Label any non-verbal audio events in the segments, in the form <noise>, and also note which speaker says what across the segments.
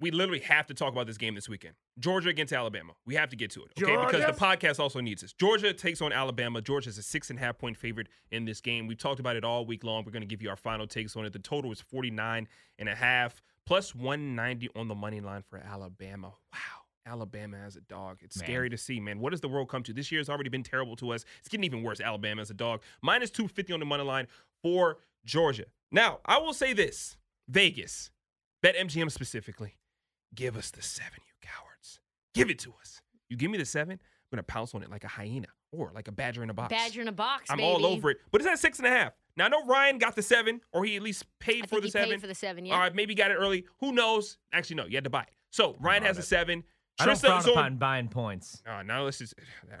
Speaker 1: we literally have to talk about this game this weekend. Georgia against Alabama. We have to get to it, okay?
Speaker 2: Georgia?
Speaker 1: Because the podcast also needs this. Georgia takes on Alabama. Georgia's a six and a half point favorite in this game. We've talked about it all week long. We're going to give you our final takes on it. The total is 49 and a half plus 190 on the money line for Alabama. Wow. Alabama as a dog. It's
Speaker 2: Man.
Speaker 1: scary to see, man. What does the world come to? This year has already been terrible to us. It's getting even worse. Alabama as a dog. Minus 250 on the money line for Georgia. Now, I will say this Vegas, bet MGM specifically, give us the seven, you cowards. Give it to us. You give me the seven, I'm going to pounce on it like a hyena or like a badger in a box.
Speaker 3: Badger in a box.
Speaker 1: I'm
Speaker 3: baby.
Speaker 1: all over it. But it's at six and a half. Now, I know Ryan got the seven, or he at least paid
Speaker 3: I
Speaker 1: for
Speaker 3: think
Speaker 1: the
Speaker 3: he
Speaker 1: seven.
Speaker 3: paid for the seven. Yeah.
Speaker 1: All right, maybe he got it early. Who knows? Actually, no, you had to buy it. So Ryan
Speaker 2: Got
Speaker 1: has a
Speaker 2: it.
Speaker 1: seven.
Speaker 2: I don't
Speaker 1: Trista is
Speaker 2: frown
Speaker 1: on.
Speaker 2: upon buying points.
Speaker 1: Uh, now let's just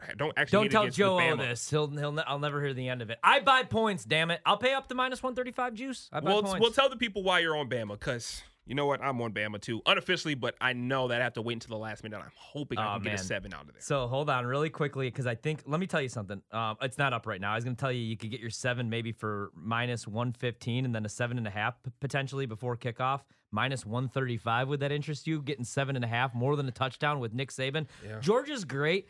Speaker 1: I don't actually. hate
Speaker 2: Don't
Speaker 1: it
Speaker 2: tell
Speaker 1: against
Speaker 2: Joe all
Speaker 1: Bama.
Speaker 2: this. He'll he'll ne- I'll never hear the end of it. I buy points. Damn it! I'll pay up to minus one thirty five juice. I buy
Speaker 1: Well,
Speaker 2: points.
Speaker 1: well, tell the people why you're on Bama, because you know what? I'm on Bama too, unofficially, but I know that I have to wait until the last minute. I'm hoping I
Speaker 2: Aw,
Speaker 1: can get a
Speaker 2: man.
Speaker 1: seven out of there.
Speaker 2: So hold on really quickly because I think let me tell you something. Um, it's not up right now. I was going to tell you you could get your seven maybe for minus one fifteen and then a seven and a half p- potentially before kickoff. Minus one thirty five would that interest you? Getting seven and a half more than a touchdown with Nick Saban.
Speaker 1: Yeah.
Speaker 2: Georgia's great,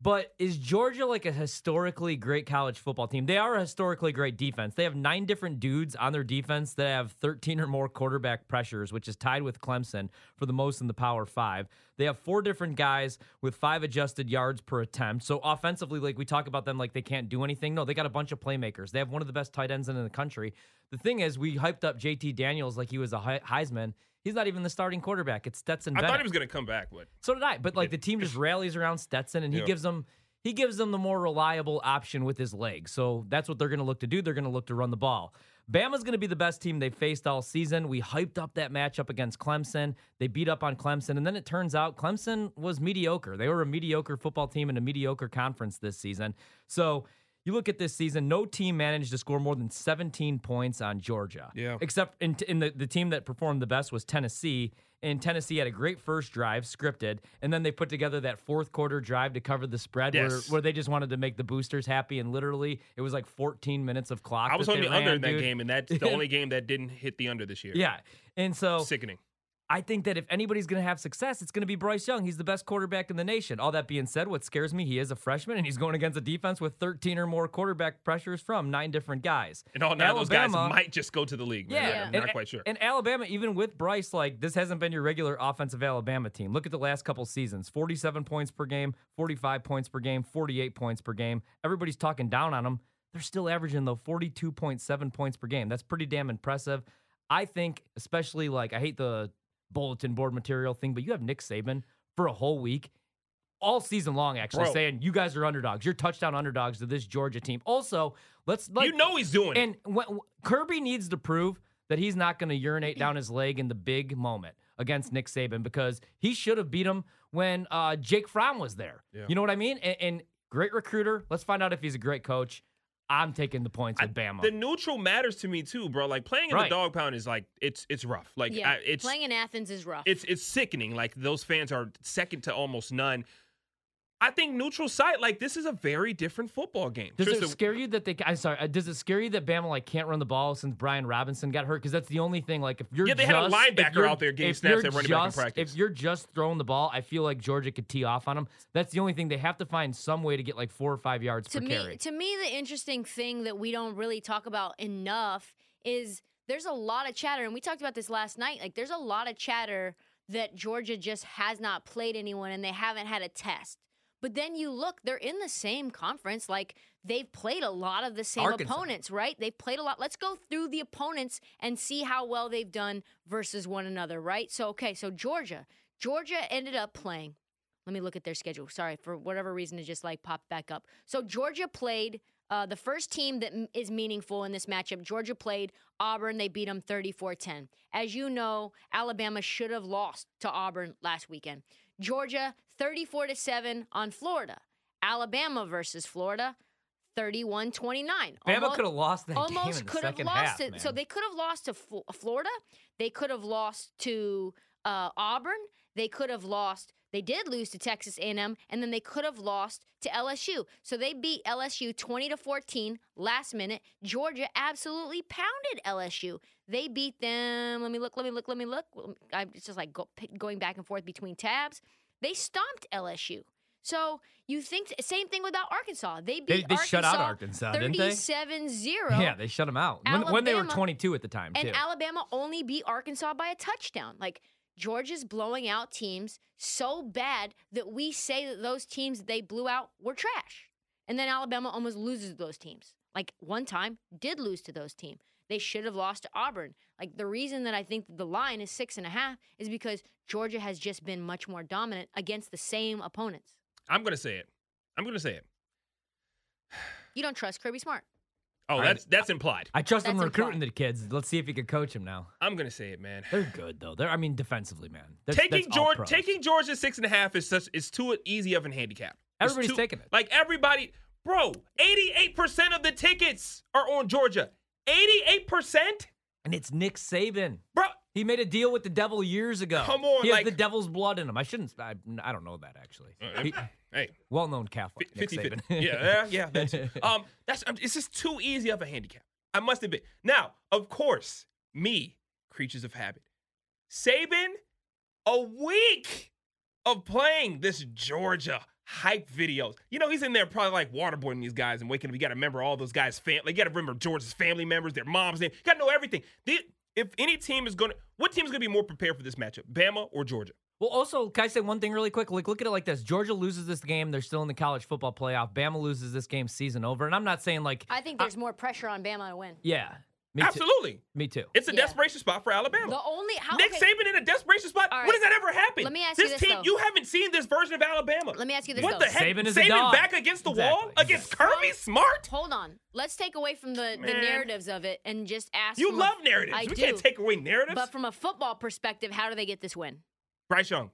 Speaker 2: but is Georgia like a historically great college football team? They are a historically great defense. They have nine different dudes on their defense that have 13 or more quarterback pressures, which is tied with Clemson for the most in the Power Five. They have four different guys with five adjusted yards per attempt. So offensively, like we talk about them, like they can't do anything. No, they got a bunch of playmakers. They have one of the best tight ends in the country. The thing is, we hyped up JT Daniels like he was a Hei- Heisman. He's not even the starting quarterback. It's Stetson.
Speaker 1: I
Speaker 2: Bennett.
Speaker 1: thought he was going to come back, but
Speaker 2: So did I. But like the team just rallies around Stetson, and he
Speaker 1: Yeah.
Speaker 2: gives them he gives them the more reliable option with his leg. So that's what they're going to look to do. They're going to look to run the ball. Bama's going to be the best team they faced all season. We hyped up that matchup against Clemson. They beat up on Clemson, and then it turns out Clemson was mediocre. They were a mediocre football team in a mediocre conference this season. So. You look at this season, no team managed to score more than 17 points on Georgia.
Speaker 1: Yeah.
Speaker 2: Except in, in the, the team that performed the best was Tennessee. And Tennessee had a great first drive, scripted. And then they put together that fourth quarter drive to cover the spread where,
Speaker 1: Yes.
Speaker 2: where they just wanted to make the boosters happy. And literally, it was like 14 minutes of clock.
Speaker 1: I was
Speaker 2: that
Speaker 1: on
Speaker 2: they
Speaker 1: the under
Speaker 2: ran,
Speaker 1: in that
Speaker 2: dude.
Speaker 1: game, and that's
Speaker 2: <laughs>
Speaker 1: the only game that didn't hit the under this year.
Speaker 2: Yeah. And so
Speaker 1: sickening.
Speaker 2: I think that if anybody's going to have success, it's going to be Bryce Young. He's the best quarterback in the nation. All that being said, what scares me, he is a freshman and he's going against a defense with 13 or more quarterback pressures from nine different guys.
Speaker 1: And all nine of those guys
Speaker 2: Alabama-
Speaker 1: might just go to the league. Man.
Speaker 2: Yeah,
Speaker 1: I'm
Speaker 2: and-
Speaker 1: not quite sure.
Speaker 2: And Alabama, even with Bryce, like this hasn't been your regular offensive Alabama team. Look at the last couple seasons: forty-seven points per game, forty-five points per game, forty-eight points per game. Everybody's talking down on them. They're still averaging though forty-two point seven points per game. That's pretty damn impressive. I think, especially like I hate the bulletin board material thing, but you have Nick Saban for a whole week. All season long, actually,
Speaker 1: Bro.
Speaker 2: saying you guys are underdogs. You're touchdown underdogs to this Georgia team. Also, let's like
Speaker 1: you know he's doing it.
Speaker 2: and when, Kirby needs to prove that he's not going to urinate down his leg in the big moment against Nick Saban because he should have beat him when uh, Jake Fromm was there.
Speaker 1: Yeah.
Speaker 2: You know what I mean? And, and great recruiter. Let's find out if he's a great coach. I'm taking the points with Bama.
Speaker 1: The neutral matters to me too, bro. Like playing in the
Speaker 2: Right.
Speaker 1: dog pound is like it's it's rough. Like
Speaker 3: yeah.
Speaker 1: I, it's
Speaker 3: Playing in Athens is rough.
Speaker 1: it's it's sickening. Like those fans are second to almost none. I think neutral site like this is a very different football game.
Speaker 2: does it
Speaker 1: Tristan,
Speaker 2: scare you that they? I'm sorry. uh, Does it scare you that Bama like can't run the ball since Brian Robinson got hurt? Because that's the only thing. Like if you're
Speaker 1: Yeah, they
Speaker 2: just,
Speaker 1: had a
Speaker 2: if
Speaker 1: linebacker
Speaker 2: you're-
Speaker 1: out there getting
Speaker 2: if
Speaker 1: snaps
Speaker 2: you're
Speaker 1: at running back in
Speaker 2: just-
Speaker 1: practice.
Speaker 2: If you're just throwing the ball, I feel like Georgia could tee off on them. That's the only thing they have to find some way to get like four or five yards
Speaker 3: to
Speaker 2: per
Speaker 3: me
Speaker 2: carry.
Speaker 3: to me the interesting thing that we don't really talk about enough is there's a lot of chatter and we talked about this last night like there's a lot of chatter that Georgia just has not played anyone and they haven't had a test but then you look they're in the same conference like they've played a lot of the same
Speaker 2: Arkansas.
Speaker 3: opponents right they've played a lot let's go through the opponents and see how well they've done versus one another right so okay so Georgia Georgia ended up playing let me look at their schedule. Sorry, for whatever reason, it just like popped back up. So Georgia played uh, the first team that m- is meaningful in this matchup. Georgia played Auburn. They beat them 34 10. As you know, Alabama should have lost to Auburn last weekend. Georgia 34 7 on Florida. Alabama versus Florida 31 29.
Speaker 2: Bama could have lost that game in
Speaker 3: Almost
Speaker 2: the
Speaker 3: could have
Speaker 2: second
Speaker 3: lost
Speaker 2: half,
Speaker 3: it. So
Speaker 2: man.
Speaker 3: they could have lost to Fl- Florida. They could have lost to uh, Auburn. They could have lost. They did lose to Texas A&M, and then they could have lost to LSU. So they beat LSU 20 to 14 last minute. Georgia absolutely pounded LSU. They beat them. Let me look. Let me look. Let me look. I'm it's just like go, going back and forth between tabs. They stomped LSU. So you think same thing without Arkansas? They beat
Speaker 2: They, they
Speaker 3: Arkansas
Speaker 2: shut out Arkansas, didn't they?
Speaker 3: 37-0.
Speaker 2: Yeah, they shut them out when, when they were
Speaker 3: Alabama-
Speaker 2: 22 at the time too.
Speaker 3: And Alabama only beat Arkansas by a touchdown. Like Georgia's blowing out teams so bad that we say that those teams that they blew out were trash. And then Alabama almost loses to those teams. Like one time did lose to those teams. They should have lost to Auburn. Like the reason that I think that the line is six and a half is because Georgia has just been much more dominant against the same opponents.
Speaker 1: I'm gonna say it. I'm gonna say it.
Speaker 3: You don't trust Kirby Smart.
Speaker 1: Oh,
Speaker 2: I-
Speaker 1: that's that's implied.
Speaker 2: I trust them
Speaker 3: That's
Speaker 2: recruiting
Speaker 3: implied.
Speaker 2: the kids. Let's see if he could coach them now.
Speaker 1: I'm gonna say it, man.
Speaker 2: They're good though. They're I mean defensively, man. That's,
Speaker 1: taking
Speaker 2: that's all
Speaker 1: Georgia,
Speaker 2: pros.
Speaker 1: taking Georgia six and a half is such is too easy of a handicap. It's
Speaker 2: Everybody's
Speaker 1: too-
Speaker 2: taking it.
Speaker 1: Like everybody, bro. Eighty eight percent of the tickets are on Georgia. Eighty eight percent,
Speaker 2: and it's Nick Saban.
Speaker 1: bro.
Speaker 2: He made a deal with the devil years ago.
Speaker 1: Come on,
Speaker 2: he has
Speaker 1: like-
Speaker 2: the devil's blood in him. I shouldn't. I, I don't know that actually.
Speaker 1: Uh,
Speaker 2: He-
Speaker 1: Hey,
Speaker 2: well-known Catholic. Nick
Speaker 1: 50 50. Yeah,
Speaker 2: Saban.
Speaker 1: yeah, yeah. That's,
Speaker 2: <laughs>
Speaker 3: <laughs>
Speaker 1: um, that's um, it's just too easy of a handicap. I must admit. Now, of course, me, creatures of habit, Saban, a week of playing this Georgia hype videos. You know, he's in there probably like waterboarding these guys and waking up. You got to remember all those guys' family. You got to remember Georgia's family members, their mom's name. You got to know everything. The- if any team is going to, what team is going to be more prepared for this matchup, Bama or Georgia?
Speaker 2: Well, also, can I say one thing really quick? Like, look at it like this: Georgia loses this game, they're still in the college football playoff. Bama loses this game, season over. And I'm not saying like,
Speaker 3: I think there's more pressure on Bama to win.
Speaker 2: yeah, me too.
Speaker 1: Absolutely.
Speaker 2: Me too.
Speaker 1: It's a
Speaker 3: Yeah.
Speaker 1: desperation spot for Alabama.
Speaker 3: The only how
Speaker 1: Nick
Speaker 3: Ah, okay.
Speaker 1: Saban in a desperation spot.
Speaker 3: All right.
Speaker 1: When has that ever happened?
Speaker 3: Let me ask you
Speaker 1: this
Speaker 3: this,
Speaker 1: team.
Speaker 3: though.
Speaker 1: You haven't seen this version of Alabama.
Speaker 3: Let me ask you this
Speaker 1: What
Speaker 3: though.
Speaker 1: the heck?
Speaker 2: Saban is a dog.
Speaker 1: back against the wall
Speaker 2: Exactly.
Speaker 1: against Kirby Smart.
Speaker 3: Hold on. Let's take away from the, the
Speaker 1: Man.
Speaker 3: narratives of it and just ask.
Speaker 1: You
Speaker 3: from a-
Speaker 1: love narratives.
Speaker 3: I
Speaker 1: we
Speaker 3: do.
Speaker 1: can't take away narratives.
Speaker 3: But from a football perspective, how do they get this win?
Speaker 1: Bryce Young.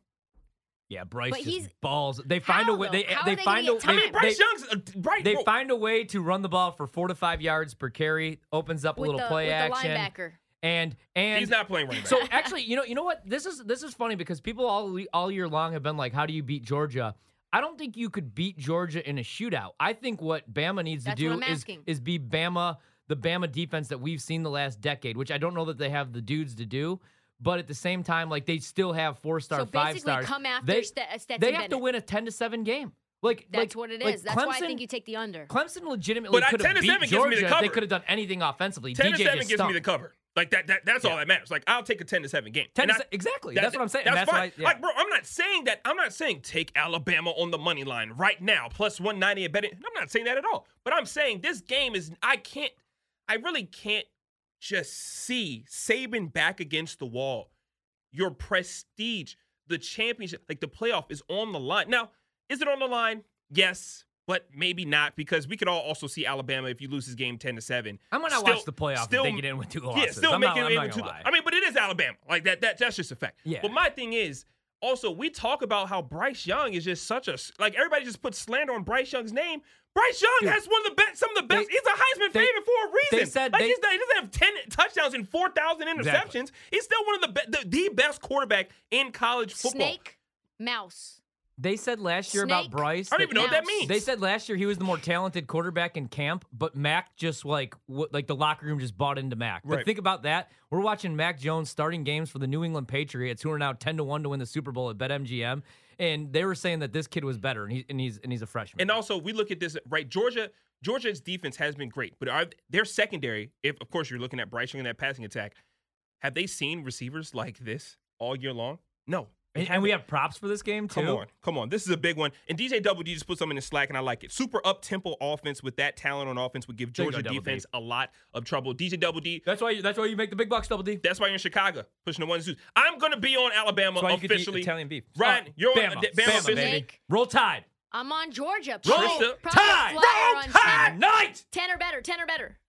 Speaker 2: Yeah, Bryce
Speaker 3: But
Speaker 2: just
Speaker 3: he's-
Speaker 2: balls. They find
Speaker 3: How,
Speaker 2: a way. They,
Speaker 3: though? How
Speaker 2: they
Speaker 3: are they
Speaker 2: find a
Speaker 3: gonna
Speaker 2: way.
Speaker 3: get
Speaker 1: I
Speaker 3: time? I
Speaker 1: mean,
Speaker 2: They,
Speaker 3: mean,
Speaker 1: Bryce Young's uh, Bryce.
Speaker 2: they
Speaker 1: bro,
Speaker 2: find a way to run the ball for four to five yards per carry. Opens up a
Speaker 3: With
Speaker 2: little
Speaker 3: the,
Speaker 2: play
Speaker 3: with
Speaker 2: action.
Speaker 3: the linebacker.
Speaker 2: And and
Speaker 1: he's not playing running back.
Speaker 2: So actually, you know, you know what? This is this is funny because people all all year long have been like, "How do you beat Georgia?" I don't think you could beat Georgia in a shootout. I think what Bama needs
Speaker 3: That's
Speaker 2: to
Speaker 3: what
Speaker 2: do
Speaker 3: I'm
Speaker 2: is
Speaker 3: asking.
Speaker 2: is be Bama the Bama defense that we've seen the last decade, which I don't know that they have the dudes to do. But at the same time, like they still have four star,
Speaker 3: So
Speaker 2: five
Speaker 3: basically,
Speaker 2: stars.
Speaker 3: come after
Speaker 2: they,
Speaker 3: St- Stetson
Speaker 2: they have to
Speaker 3: Bennett.
Speaker 2: win a ten to seven game. Like like-
Speaker 3: That's what it is.
Speaker 2: like
Speaker 3: That's
Speaker 2: Clemson,
Speaker 3: why I think you take the under.
Speaker 2: Clemson legitimately
Speaker 1: But I-
Speaker 2: could
Speaker 1: 10
Speaker 2: have
Speaker 1: to
Speaker 2: beat
Speaker 1: 7 gives me the
Speaker 2: Georgia. if They
Speaker 1: cover.
Speaker 2: could have done anything offensively.
Speaker 1: ten
Speaker 2: DJ
Speaker 1: to seven
Speaker 2: just
Speaker 1: gives
Speaker 2: stunk.
Speaker 1: me the cover. Like that. that that's all
Speaker 2: Yeah.
Speaker 1: that matters. Like I'll take a ten to seven game.
Speaker 2: 10
Speaker 1: And
Speaker 2: to
Speaker 1: I-
Speaker 2: se- exactly.
Speaker 1: that-
Speaker 2: That's what I'm saying.
Speaker 1: That's,
Speaker 2: That's
Speaker 1: fine.
Speaker 2: why- yeah.
Speaker 1: Like, bro, I'm not saying that. I'm not saying take Alabama on the money line right now, plus 190 at betting. I'm not saying that at all. But I'm saying this game is. I can't. I really can't just see Saban back against the wall. Your prestige, the championship, like the playoff, is on the line. Now, is it on the line? Yes, but maybe not because we could all also see Alabama if you lose this game 10 to seven.
Speaker 2: I'm gonna
Speaker 1: still-
Speaker 2: watch the playoff
Speaker 1: still-
Speaker 2: if they get in with two losses.
Speaker 1: Yeah, still
Speaker 2: I'm not,
Speaker 1: making
Speaker 2: I'm
Speaker 1: it
Speaker 2: not
Speaker 1: able
Speaker 2: gonna
Speaker 1: to.
Speaker 2: lie.
Speaker 1: I mean, but it is Alabama. Like that. That that's just a fact.
Speaker 2: Yeah.
Speaker 1: But my thing is also we talk about how Bryce Young is just such a like everybody just puts slander on Bryce Young's name. Bryce Young
Speaker 2: Dude,
Speaker 1: has one of the best, some of the best.
Speaker 2: they-
Speaker 1: he's a Heisman
Speaker 2: they-
Speaker 1: favorite for a
Speaker 2: they
Speaker 1: reason.
Speaker 2: said
Speaker 1: like
Speaker 2: they-
Speaker 1: he's not, he doesn't have ten touchdowns and four thousand interceptions.
Speaker 2: Exactly.
Speaker 1: He's still one of the, be- the the best quarterback in college football.
Speaker 3: Snake, mouse.
Speaker 2: they said last year about
Speaker 3: Snake.
Speaker 2: Bryce.
Speaker 1: I don't even know what that
Speaker 3: Mouse.
Speaker 1: means.
Speaker 2: They said last year he was the more talented quarterback in camp, but Mac just like what, like the locker room just bought into Mac. But
Speaker 1: Right.
Speaker 2: think about that. We're watching Mac Jones starting games for the New England Patriots, who are now ten to one to win the Super Bowl at BetMGM, and they were saying that this kid was better, and he's and he's and he's a freshman.
Speaker 1: And also, we look at this right. Georgia, Georgia's defense has been great, but are their secondary? If of course you're looking at Bryce Young and that passing attack, have they seen receivers like this all year long? No. They
Speaker 2: and, and we
Speaker 1: haven't.
Speaker 2: have props for this game too.
Speaker 1: Come on, come on. This is a big one. And DJ Double D just put something in slack, and I like it. Super up tempo offense with that talent on offense would give
Speaker 2: There you go,
Speaker 1: Georgia
Speaker 2: Double D.
Speaker 1: defense a lot of trouble. DJ Double D.
Speaker 2: That's why you, that's why you make the big bucks, Double D.
Speaker 1: That's why you're in Chicago pushing the ones who's. I'm gonna be on Alabama
Speaker 2: That's why you could eat
Speaker 1: officially.
Speaker 2: Italian beef.
Speaker 1: Ryan,
Speaker 2: Oh,
Speaker 1: you're on-
Speaker 2: Bama,
Speaker 1: D- Bama,
Speaker 2: Bama,
Speaker 1: Snake.
Speaker 2: baby. Roll Tide.
Speaker 3: I'm on Georgia.
Speaker 2: Roll
Speaker 3: Probably, probably a
Speaker 2: Tide.
Speaker 3: flyer
Speaker 1: Roll
Speaker 3: on
Speaker 1: Tide.
Speaker 3: 10.
Speaker 2: Night.
Speaker 3: 10 or better. 10 or better.